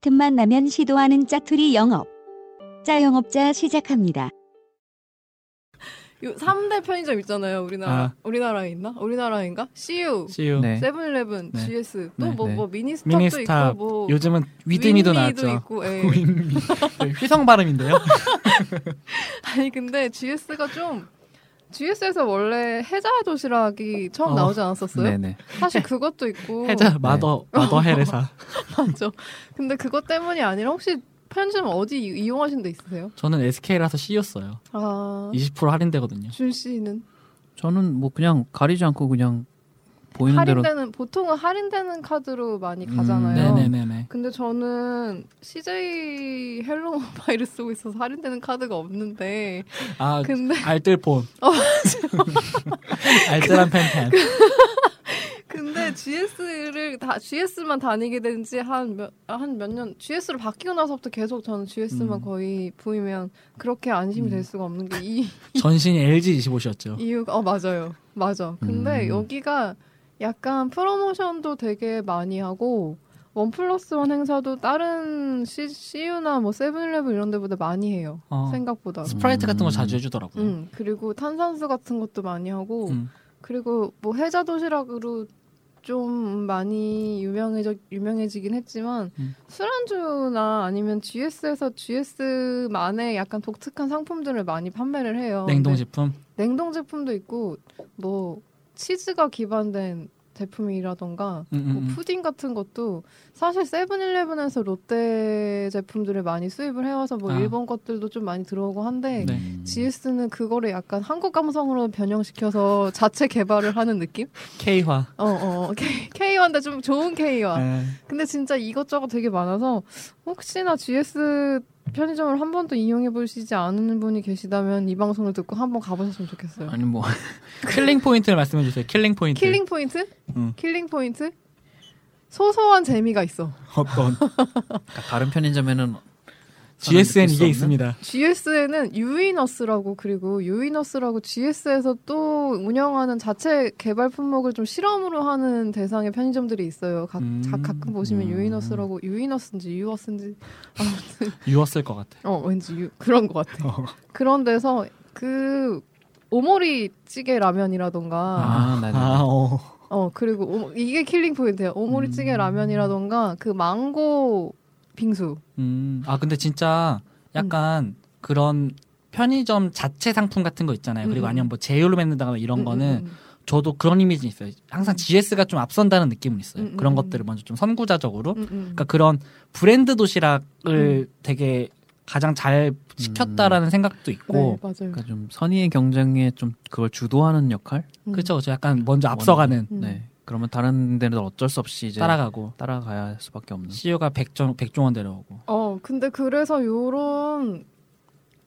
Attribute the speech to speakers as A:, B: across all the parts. A: 틈만 나면 시도하는 짜투리 영업. 짜영업자 시작합니다.
B: 요 3대 편의점 있잖아요. 우리나라
C: 아.
B: 우리나라에 있나? 우리나라인가? CU,
C: CU.
D: 네.
B: 세븐일레븐,
C: 네.
B: GS 또 뭐
C: 네,
B: 뭐
D: 네.
B: 미니스탑도
C: 미니스탑.
B: 있고 뭐
C: 요즘은
B: 윈미도
C: 위드미도 나왔죠.
B: 있고, 예.
C: 윈미. 네, 휘성 발음인데요.
B: 아니 근데 GS가 좀 GS에서 원래 해자 도시락이 처음
C: 어.
B: 나오지 않았었어요?
D: 네네.
B: 사실 그것도 있고
C: 해자 마더 마더 헬에서
B: 맞죠. 근데 그것 때문이 아니라 혹시 편의점 어디 이- 이용하신 데 있으세요?
C: 저는 SK라서 C였어요.
B: 아,
C: 20% 할인되거든요.
B: 준 씨는
D: 저는 뭐 그냥 가리지 않고 그냥 보이는 대로
B: 할인되는 보통은 할인되는 카드로 많이
D: 음,
B: 가잖아요.
C: 네네네네.
B: 근데 저는 CJ 헬로 모바일을 쓰고 있어서 할인되는 카드가 없는데
C: 아
B: 근데
C: 알뜰폰.
B: 어,
C: 알뜰한 팬팬.
B: 그 근데 GS를 다 GS만 다니게 된 지 한 몇 한 몇 년 GS로 바뀌고 나서부터 계속 저는 GS만
C: 음.
B: 거의 보이면 그렇게 안심이
C: 음.
B: 될 수가 없는 게 이
C: 전신이 LG 25셨죠.
B: 이유가 어 맞아요 맞아 근데
D: 음.
B: 여기가 약간 프로모션도 되게 많이 하고 원 플러스 원 행사도 다른 C, CU나 뭐 세븐일레븐 이런 데보다 많이 해요
C: 어.
B: 생각보다
C: 스프라이트 같은 거
D: 음.
C: 자주 해주더라고요.
B: 음 그리고 탄산수 같은 것도 많이 하고
C: 음.
B: 그리고 뭐 해자 도시락으로 좀 많이 유명해져 유명해지긴 했지만
C: 음.
B: 술안주나 아니면 GS에서 GS만의 약간 독특한 상품들을 많이 판매를 해요.
C: 냉동
B: 근데
C: 제품.
B: 냉동 제품도 있고 뭐 치즈가 기반된 제품이라던가
C: 음, 음,
B: 뭐
C: 음.
B: 푸딩 같은 것도 사실 세븐일레븐에서 롯데 제품들을 많이 수입을 해와서 뭐
C: 아.
B: 일본 것들도 좀 많이 들어오고 한데
C: 네.
D: 음.
B: GS는 그거를 약간 한국 감성으로 변형시켜서 자체 개발을 하는 느낌?
C: K화.
B: 어, 어, K, K1인데 좀 좋은
C: 네.
B: K1. 근데 진짜 이것저것 되게 많아서 혹시나 GS 편의점을 한 번도 이용해 보시지 않은 분이 계시다면 이 방송을 듣고 한 번 가보셨으면 좋겠어요.
D: 아니 뭐
C: 킬링 포인트를 말씀해 주세요. 킬링 포인트.
B: 그 킬링 포인트?
C: 음.
B: 킬링 포인트? 소소한 재미가 있어.
C: 어떤
D: 그러니까 다른 편의점에는
C: GSN 이게
D: 없는?
C: 있습니다.
B: GS에는 유이너스라고 그리고 유이너스라고 GS에서 또 운영하는 자체 개발 품목을 좀 실험으로 하는 대상의 편의점들이 있어요. 가,
C: 음.
B: 자- 가끔 보시면
D: 음.
B: 유이너스라고 유이너스인지 유어스인지 아무튼
C: 유었을 것 같아.
B: 어 왠지 유, 그런 것 같아.
C: 어.
B: 그런 데서 그 오모리 찌개 라면이라던가
D: 아, 네, 네, 네.
C: 아, 어.
B: 어 그리고 오모- 이게 킬링 포인트예요. 오모리 찌개
C: 음.
B: 라면이라던가 그 망고 빙수.
C: 음, 아 근데 진짜
B: 음.
C: 약간 그런 편의점 자체 상품 같은 거 있잖아요. 그리고
B: 음, 음.
C: 아니면 뭐 제휴로 맺는다거나 이런
B: 음,
C: 거는
B: 음, 음.
C: 저도 그런 이미지 있어요. 항상 GS가 좀 앞선다는 느낌은 있어요.
B: 음, 음,
C: 그런
B: 음.
C: 것들을 먼저 좀 선구자적으로.
B: 음, 음.
C: 그러니까 그런 브랜드 도시락을 되게 가장 잘
B: 음.
C: 시켰다라는 생각도
B: 네
C: 있고.
B: 맞아요.
D: 그러니까 좀 선의의 경쟁에 좀 그걸 주도하는 역할.
B: 음.
C: 그렇죠. 그렇죠. 약간 먼저 앞서가는
B: 음.
D: 네. 그러면 다른 데는 어쩔 수 없이 이제
C: 따라가고.
D: 따라가야 할 수밖에 없는.
C: CEO가 백종 백종원 데려오고.
B: 어, 근데 그래서 요런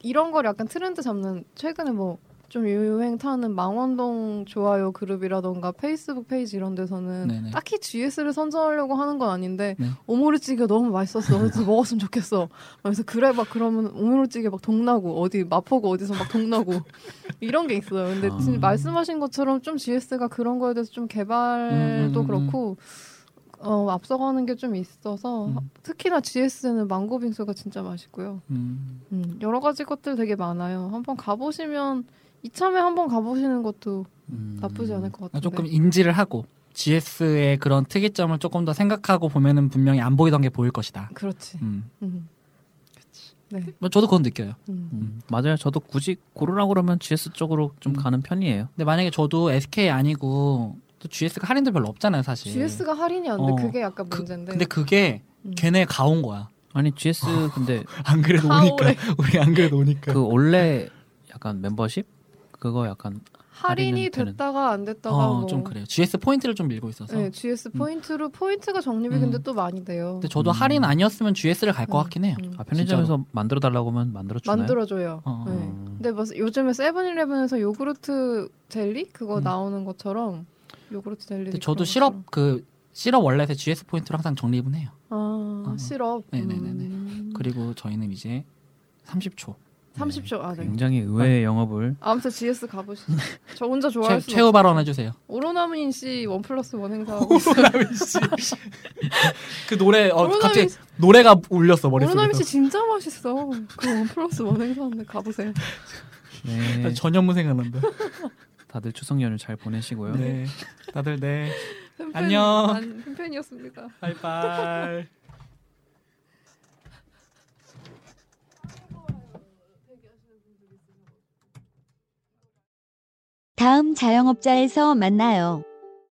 B: 이런 걸 약간 트렌드 잡는 최근에 뭐 좀 유행 타는 망원동 좋아요 그룹이라던가 페이스북 페이지 이런 데서는
C: 네네.
B: 딱히 GS를 선전하려고 하는 건 아닌데
C: 네.
B: 오모르찌개가 너무 맛있었어. 그래서 먹었으면 좋겠어. 그래서 그래 막 그러면 오모르찌개 막 동나고 어디 마포구 어디서 막 동나고 이런 게 있어요. 근데
D: 아.
B: 지금 말씀하신 것처럼 좀 GS가 그런 거에 대해서 좀
C: 음, 음,
B: 개발도
C: 음.
B: 그렇고 어, 앞서가는 게 좀 있어서
C: 음.
B: 특히나 GS는 망고 빙수가 진짜 맛있고요.
C: 음.
B: 음, 여러 가지 것들 되게 많아요. 한번 가보시면 이참에 한번 가보시는 것도
D: 음.
B: 나쁘지 않을 것 같은데.
C: 아, 조금 인지를 하고 GS의 그런 특이점을 조금 더 생각하고 보면은 분명히 안 보이던 게 보일 것이다.
B: 그렇지.
C: 음.
B: 음. 네.
C: 뭐 저도 그건 느껴요.
B: 음.
D: 음, 맞아요. 저도 굳이 고르라고 그러면 GS 쪽으로 좀
C: 음.
D: 가는 편이에요.
C: 근데 만약에 저도 SK 아니고 또 GS가 할인도 별로 없잖아요, 사실.
B: GS가 할인이 안 돼.
C: 어.
B: 그게 약간
C: 그-
B: 문제인데.
C: 근데 그게
B: 음.
C: 걔네 가온 거야.
D: 아니 GS 근데
C: 안 그래도
B: 가오래.
C: 우리 안 그래도 오니까. 어,
D: 그 원래 약간 멤버십 그거 약간
B: 할인이
D: 할인은 되는-
B: 됐다가 안 됐다가
C: 어,
B: 뭐.
C: 좀 그래요. GS 포인트를 좀 밀고 있어서.
B: 네, GS 포인트로 포인트가 적립이
C: 음.
B: 근데 또 많이 돼요.
C: 근데 저도
D: 음.
C: 할인 아니었으면 GS를 갈 것
B: 음,
C: 같긴 해요.
B: 음.
D: 아, 편의점에서 만들어 달라고 하면 만들어 주나요?
B: 만들어줘요.
C: 어.
B: 네.
D: 음.
B: 근데 뭐 요즘에 세븐일레븐에서 요구르트 젤리 그거
C: 음. 나오는
B: 나오는 것처럼 요구르트 젤리.
C: 근데 저도 시럽 그 시럽 원래에서 GS 포인트로 항상 적립은 해요.
B: 아
C: 어.
B: 시럽.
C: 네네네네. 그
B: 음.
C: 그리고 저희는 이제 30초
B: 30초. 아, 네.
D: 굉장히 의외의 영업을
B: 아무튼 GS 가보시죠. 저 혼자 뭐 좋아할
C: 최,
B: 수
C: 최후 발언 해주세요.
B: 오로나민 씨원 플러스 원 행사하고
C: 그 노래 어
B: 오로나민
C: 갑자기
B: 씨-
C: 노래가 울렸어
B: 오로나민 씨
C: 머릿속에서.
B: 진짜 맛있어. 그 원 플러스 원 행사인데 가보세요.
D: 네,
C: 나 전현무 생각난다.
D: 다들 추석 연휴 잘 보내시고요.
C: 네. 다들 네.
B: 팬-
C: 안녕.
B: 안- 팬팬이었습니다.
C: 하이파이.
A: 다음 자영업자에서 만나요.